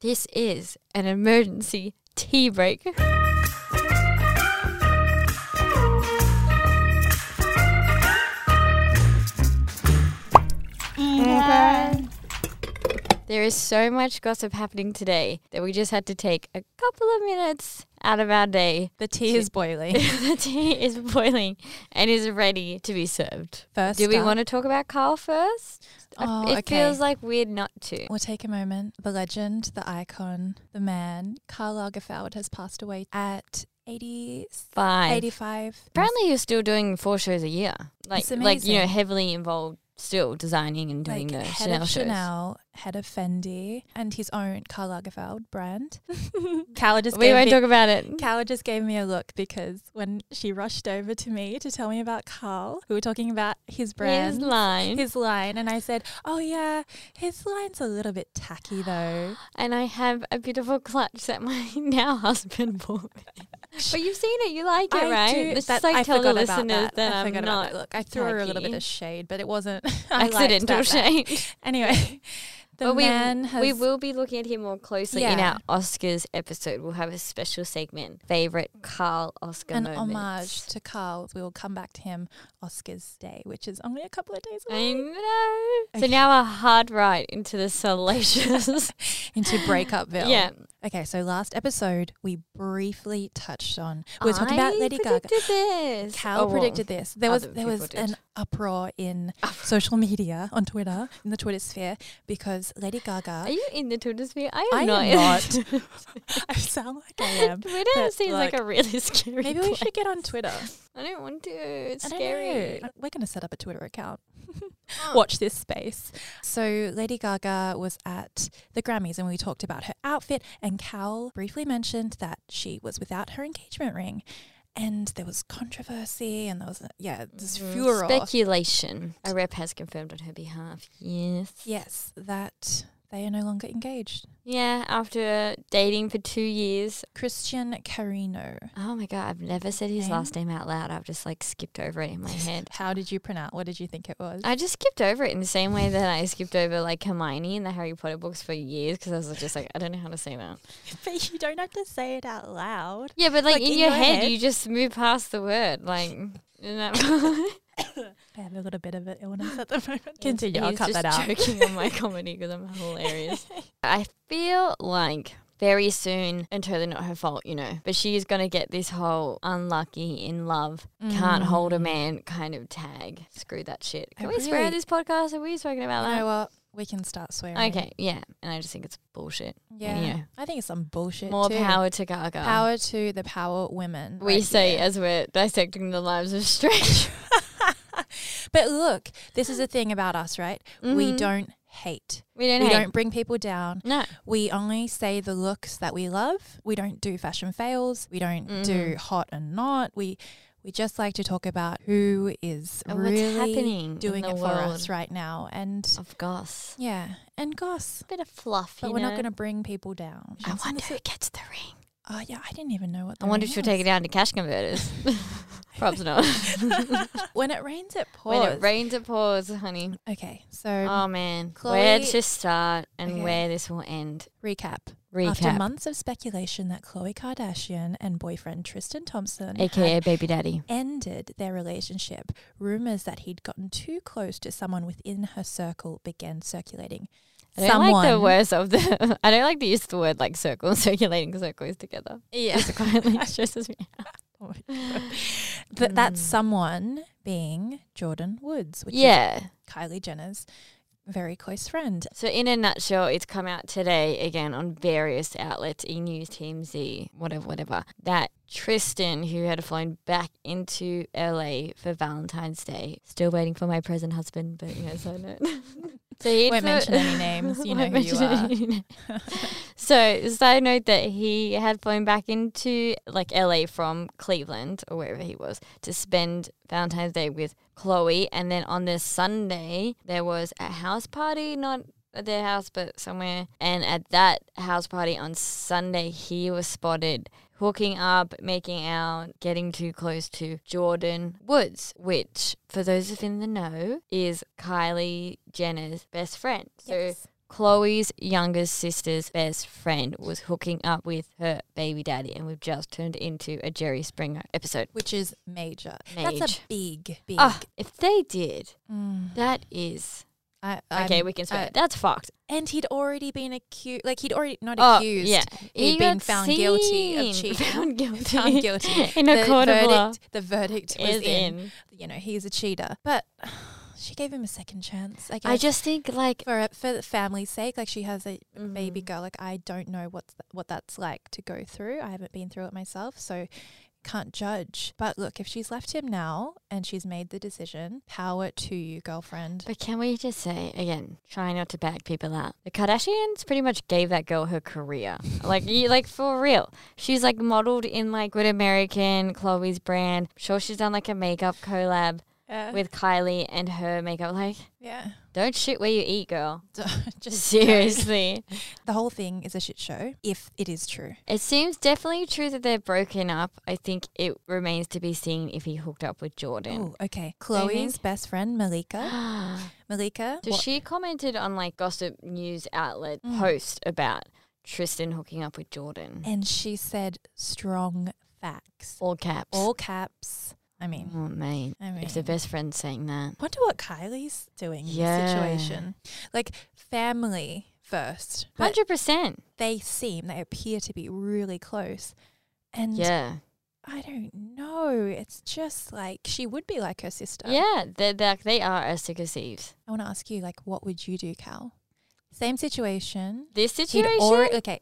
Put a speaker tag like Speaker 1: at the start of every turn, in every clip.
Speaker 1: This is an emergency tea break. There is so much gossip happening today that we just had to take a couple of minutes out of our day.
Speaker 2: The tea is boiling.
Speaker 1: the tea is boiling and is ready to be served.
Speaker 2: First,
Speaker 1: Do we want to talk about Carl first? I-
Speaker 2: Oh,
Speaker 1: it
Speaker 2: okay.
Speaker 1: feels like weird not to.
Speaker 2: We'll take a moment. The legend, the icon, the man, Karl Lagerfeld has passed away at 80,
Speaker 1: Fine.
Speaker 2: 85.
Speaker 1: Apparently, you're still doing four shows a year. Like,
Speaker 2: It's
Speaker 1: like you know,
Speaker 2: amazing.
Speaker 1: heavily involved still designing and doing
Speaker 2: Like
Speaker 1: the
Speaker 2: head
Speaker 1: Chanel
Speaker 2: of
Speaker 1: shows.
Speaker 2: Chanel, head of Fendi, and his own Karl Lagerfeld brand. Carla just
Speaker 1: We
Speaker 2: gave
Speaker 1: won't
Speaker 2: me-
Speaker 1: talk about it.
Speaker 2: Carla just gave me a look because when she rushed over to me to tell me about Carl, we were talking about his
Speaker 1: His
Speaker 2: brand,
Speaker 1: line.
Speaker 2: his line, and I said, "Oh yeah, his line's a little bit tacky though."
Speaker 1: and I have a beautiful clutch that my now husband bought. me. but you've seen it, you like it,
Speaker 2: I
Speaker 1: right?
Speaker 2: do-
Speaker 1: Let's
Speaker 2: that-
Speaker 1: just, like
Speaker 2: I
Speaker 1: tell the
Speaker 2: forgot about
Speaker 1: listeners that,
Speaker 2: I
Speaker 1: I'm
Speaker 2: forgot about
Speaker 1: not
Speaker 2: that look. I threw her a little bit
Speaker 1: tacky.
Speaker 2: of shade, but it wasn't I liked
Speaker 1: accidental
Speaker 2: that fact.
Speaker 1: shade.
Speaker 2: Anyway, the
Speaker 1: But we,
Speaker 2: man has
Speaker 1: we will be looking at him more closely in
Speaker 2: Yeah.
Speaker 1: our Oscars episode. We'll have a special segment, favorite Carl Oscar
Speaker 2: an
Speaker 1: moments.
Speaker 2: homage to Carl. We will come back to him Oscars Day, which is only a couple of days away.
Speaker 1: I know.
Speaker 2: Okay.
Speaker 1: So now a hard ride into the salacious.
Speaker 2: into Breakupville.
Speaker 1: yeah.
Speaker 2: Okay, so last episode we briefly touched on we were talking
Speaker 1: I
Speaker 2: about Lady Gaga.
Speaker 1: predicted This.
Speaker 2: Cal
Speaker 1: Oh, well,
Speaker 2: predicted this. There was
Speaker 1: other
Speaker 2: there was
Speaker 1: people did.
Speaker 2: an uproar in social media on Twitter in the Twitter sphere because Lady
Speaker 1: Are
Speaker 2: Gaga.
Speaker 1: you in the Twitter sphere? I am
Speaker 2: I am
Speaker 1: not.
Speaker 2: not. I sound like I am.
Speaker 1: Twitter
Speaker 2: but,
Speaker 1: seems like,
Speaker 2: like,
Speaker 1: a really scary.
Speaker 2: Maybe we should
Speaker 1: place.
Speaker 2: get on Twitter.
Speaker 1: I don't want to. It's
Speaker 2: I don't
Speaker 1: scary.
Speaker 2: know. Oh. We're going to set up a Twitter account. Watch this space. So Lady Gaga was at the Grammys and we talked about her outfit and Cal briefly mentioned that she was without her engagement ring. And there was controversy and there was, yeah, this furor.
Speaker 1: Mm, Speculation. A rep has confirmed on her behalf. Yes.
Speaker 2: yes, that they are no longer engaged.
Speaker 1: Yeah, after dating for two years.
Speaker 2: Christian Carino.
Speaker 1: Oh my God, I've never said his
Speaker 2: Name?
Speaker 1: last name out loud. I've just like skipped over it in my head.
Speaker 2: How did you pronounce? What did you think it was?
Speaker 1: I just skipped over it in the same way that I skipped over like Hermione in the Harry Potter books for years because I was just like, I don't know how to say that.
Speaker 2: but you don't have to say it out loud.
Speaker 1: Yeah, but like,
Speaker 2: Like,
Speaker 1: in,
Speaker 2: in
Speaker 1: your,
Speaker 2: your
Speaker 1: head,
Speaker 2: head.
Speaker 1: you just move past the word. Like, isn't that
Speaker 2: I have a little bit of an illness at the moment. Continue. I'll
Speaker 1: He's
Speaker 2: cut
Speaker 1: just
Speaker 2: that out.
Speaker 1: joking on my comedy because I'm hilarious. I feel like very soon, and totally not her fault, you know, but she is going to get this whole unlucky in love, can't hold
Speaker 2: Mm.
Speaker 1: a man kind of tag. Screw that shit. Can
Speaker 2: I
Speaker 1: we swear on
Speaker 2: really-
Speaker 1: this podcast? Are we talking about
Speaker 2: You know
Speaker 1: that?
Speaker 2: what? We can start swearing.
Speaker 1: Okay, yeah. And I just think it's bullshit.
Speaker 2: Yeah.
Speaker 1: Yeah.
Speaker 2: I think it's some bullshit.
Speaker 1: More
Speaker 2: too.
Speaker 1: power to Gaga.
Speaker 2: Power to the power women.
Speaker 1: we
Speaker 2: right
Speaker 1: say
Speaker 2: here.
Speaker 1: as we're dissecting the lives of strangers.
Speaker 2: But look, this is the thing about us, right? We
Speaker 1: Mhm.
Speaker 2: don't hate.
Speaker 1: we don't
Speaker 2: we
Speaker 1: hate.
Speaker 2: don't bring people down.
Speaker 1: No.
Speaker 2: We only say the looks that we love. We don't do fashion fails. We don't
Speaker 1: Mm-hmm.
Speaker 2: do hot and not. We we just like to talk about who is
Speaker 1: And what's
Speaker 2: really
Speaker 1: happening in
Speaker 2: doing
Speaker 1: the
Speaker 2: it for
Speaker 1: world.
Speaker 2: us right now. And
Speaker 1: Of course.
Speaker 2: yeah, and goss.
Speaker 1: Bit of fluff.
Speaker 2: But
Speaker 1: you
Speaker 2: we're not
Speaker 1: know?
Speaker 2: going to bring people down.
Speaker 1: I wonder who gets the ring.
Speaker 2: Oh yeah, I didn't even know what.
Speaker 1: I wonder if she'll take it down to cash converters. Probably not.
Speaker 2: When it rains, it pours.
Speaker 1: when it rains, it pours, honey.
Speaker 2: Okay, so
Speaker 1: Oh man, where
Speaker 2: Um, Chloe-
Speaker 1: to start and
Speaker 2: Okay.
Speaker 1: where this will end?
Speaker 2: recap. After
Speaker 1: Recap,
Speaker 2: months of speculation that Khloe Kardashian and boyfriend Tristan Thompson
Speaker 1: aka
Speaker 2: had
Speaker 1: baby daddy.
Speaker 2: ended their relationship, rumors that he'd gotten too close to someone within her circle began circulating.
Speaker 1: I don't like the worst of the. I don't like to use the word like circle and circulating circles together.
Speaker 2: Yeah.
Speaker 1: Just quietly stresses me. out.
Speaker 2: Th- That someone being Jordan Woods, which
Speaker 1: Mm. Yeah.
Speaker 2: is Kylie Jenner's very close friend.
Speaker 1: So in a nutshell, it's come out today again on various outlets, E News, TMZ, whatever, whatever. That Tristan, who had flown back into LA for Valentine's Day, still waiting for my present husband, but you know, so no. so he
Speaker 2: Won't mention any names. You know who you are.
Speaker 1: so side note that he had flown back into like LA from Cleveland or wherever he was to spend Valentine's Day with Chloe, and then on this Sunday there was a house party, not at their house but somewhere, and at that house party on Sunday he was spotted. Hooking up, making out, getting too close to Jordan Woods, which, for those of you in the know, is Kylie Jenner's best friend. So
Speaker 2: Yes.
Speaker 1: Chloe's youngest sister's best friend was hooking up with her baby daddy, and we've just turned into a Jerry Springer episode.
Speaker 2: Which is major. That's a
Speaker 1: Mage.
Speaker 2: big, big.
Speaker 1: Ah, if they did,
Speaker 2: Mm.
Speaker 1: that is
Speaker 2: I,
Speaker 1: okay.
Speaker 2: I'm- uh,
Speaker 1: We can
Speaker 2: I-
Speaker 1: swear that's fucked.
Speaker 2: and he'd already been accused, like he'd already not
Speaker 1: Oh,
Speaker 2: accused.
Speaker 1: yeah,
Speaker 2: he had been
Speaker 1: got
Speaker 2: found guilty of
Speaker 1: seen.
Speaker 2: cheating.
Speaker 1: Found guilty.
Speaker 2: Found guilty
Speaker 1: in a
Speaker 2: the
Speaker 1: court of law.
Speaker 2: verdict, the verdict was
Speaker 1: Is in.
Speaker 2: You know, he's a cheater, but she gave him a second chance. I guess
Speaker 1: I just think like
Speaker 2: for for the family's sake, like she has a baby
Speaker 1: mhm.
Speaker 2: girl. Like I don't know what's th- what that's like to go through. I haven't been through it myself, so can't judge. But look, if she's left him now and she's made the decision, power to you, girlfriend.
Speaker 1: But can we just say again, try not to back people out. The Kardashians pretty much gave that girl her career. like you like for real. She's like modeled in like Good American, Chloe's brand. Sure she's done like a makeup collab
Speaker 2: Yeah.
Speaker 1: with Kylie and her makeup. Like,
Speaker 2: yeah.
Speaker 1: don't shit where you eat, girl.
Speaker 2: Just
Speaker 1: Seriously.
Speaker 2: the whole thing is a shit show if it is true.
Speaker 1: It seems definitely true that they're broken up. I think it remains to be seen if he hooked up with Jordan.
Speaker 2: Oh, okay. Chloe's
Speaker 1: think?
Speaker 2: best friend Malika. Malika.
Speaker 1: So
Speaker 2: what-
Speaker 1: she commented on like gossip news outlet
Speaker 2: Mm.
Speaker 1: post about Tristan hooking up with Jordan.
Speaker 2: and she said strong facts.
Speaker 1: All caps.
Speaker 2: All caps. I mean,
Speaker 1: oh mate.
Speaker 2: I mean.
Speaker 1: If the best friend's saying that.
Speaker 2: Wonder what Kylie's doing in
Speaker 1: Yeah.
Speaker 2: this situation. Like family first, but
Speaker 1: Hundred percent.
Speaker 2: they seem they appear to be really close, and
Speaker 1: Yeah.
Speaker 2: I don't know. It's just like she would be like her sister.
Speaker 1: Yeah. They're, they're, they are as sick as thieves.
Speaker 2: I want to ask you, like, what would you do, Cal? Same situation.
Speaker 1: This
Speaker 2: He'd
Speaker 1: situation.
Speaker 2: alre- okay,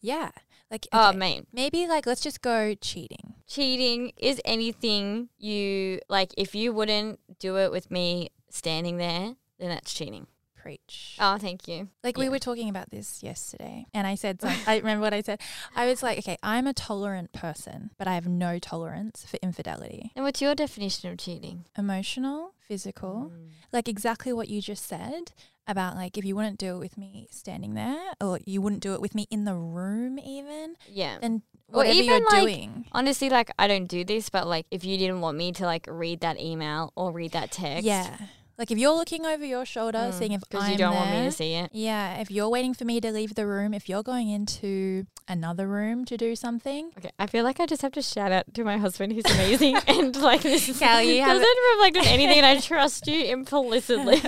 Speaker 2: yeah, like
Speaker 1: Oh
Speaker 2: okay.
Speaker 1: mate.
Speaker 2: maybe like let's just go cheating.
Speaker 1: Cheating is anything you like if you wouldn't do it with me standing there, then that's cheating.
Speaker 2: Preach.
Speaker 1: Oh, thank you.
Speaker 2: Like we
Speaker 1: Yeah.
Speaker 2: were talking about this yesterday, and I said something. I remember what I said. I was like, okay, I'm a tolerant person, but I have no tolerance for infidelity.
Speaker 1: And what's your definition of cheating?
Speaker 2: Emotional, physical,
Speaker 1: Mm.
Speaker 2: like exactly what you just said about like if you wouldn't do it with me standing there, or you wouldn't do it with me in the room, even
Speaker 1: Yeah.
Speaker 2: then
Speaker 1: Or
Speaker 2: whatever
Speaker 1: even,
Speaker 2: you're
Speaker 1: like,
Speaker 2: doing.
Speaker 1: Honestly, like I don't do this, but like if you didn't want me to like read that email or read that text,
Speaker 2: Yeah, like if you're looking over your shoulder, seeing if
Speaker 1: because
Speaker 2: I'm
Speaker 1: Mm, you don't
Speaker 2: there,
Speaker 1: want me to see it,
Speaker 2: Yeah, if you're waiting for me to leave the room, if you're going into another room to do something,
Speaker 1: Okay, I feel like I just have to shout out to my husband who's amazing and like this is-
Speaker 2: Cal, you have-
Speaker 1: doesn't reflect on anything and I trust you implicitly.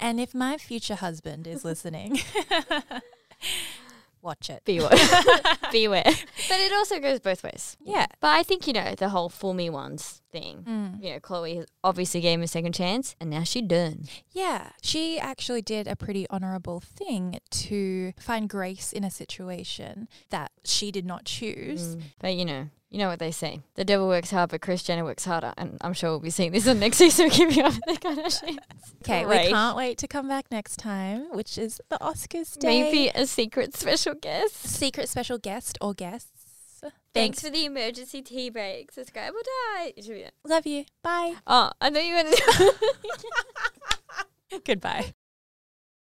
Speaker 2: And if my future husband is listening, watch it.
Speaker 1: Beware. Beware. But it also goes both ways.
Speaker 2: Yeah.
Speaker 1: But I think, you know, the whole fool me once thing.
Speaker 2: Mm.
Speaker 1: You know, Chloe has obviously gave him a second chance and now she done.
Speaker 2: Yeah. She actually did a pretty honorable thing to find grace in a situation that she did not choose.
Speaker 1: Mm. But you know, you know what they say. The devil works hard but Chris Jenner works harder and I'm sure we'll be seeing this on next season giving up the Kardashians.
Speaker 2: Okay, we
Speaker 1: Right.
Speaker 2: can't wait to come back next time, which is the Oscars day.
Speaker 1: Maybe a secret special guest.
Speaker 2: secret special guest or guests.
Speaker 1: Thanks for the emergency tea break. Subscribe or die. It should be that.
Speaker 2: Love you. Bye.
Speaker 1: Oh, I know you were.
Speaker 2: Goodbye.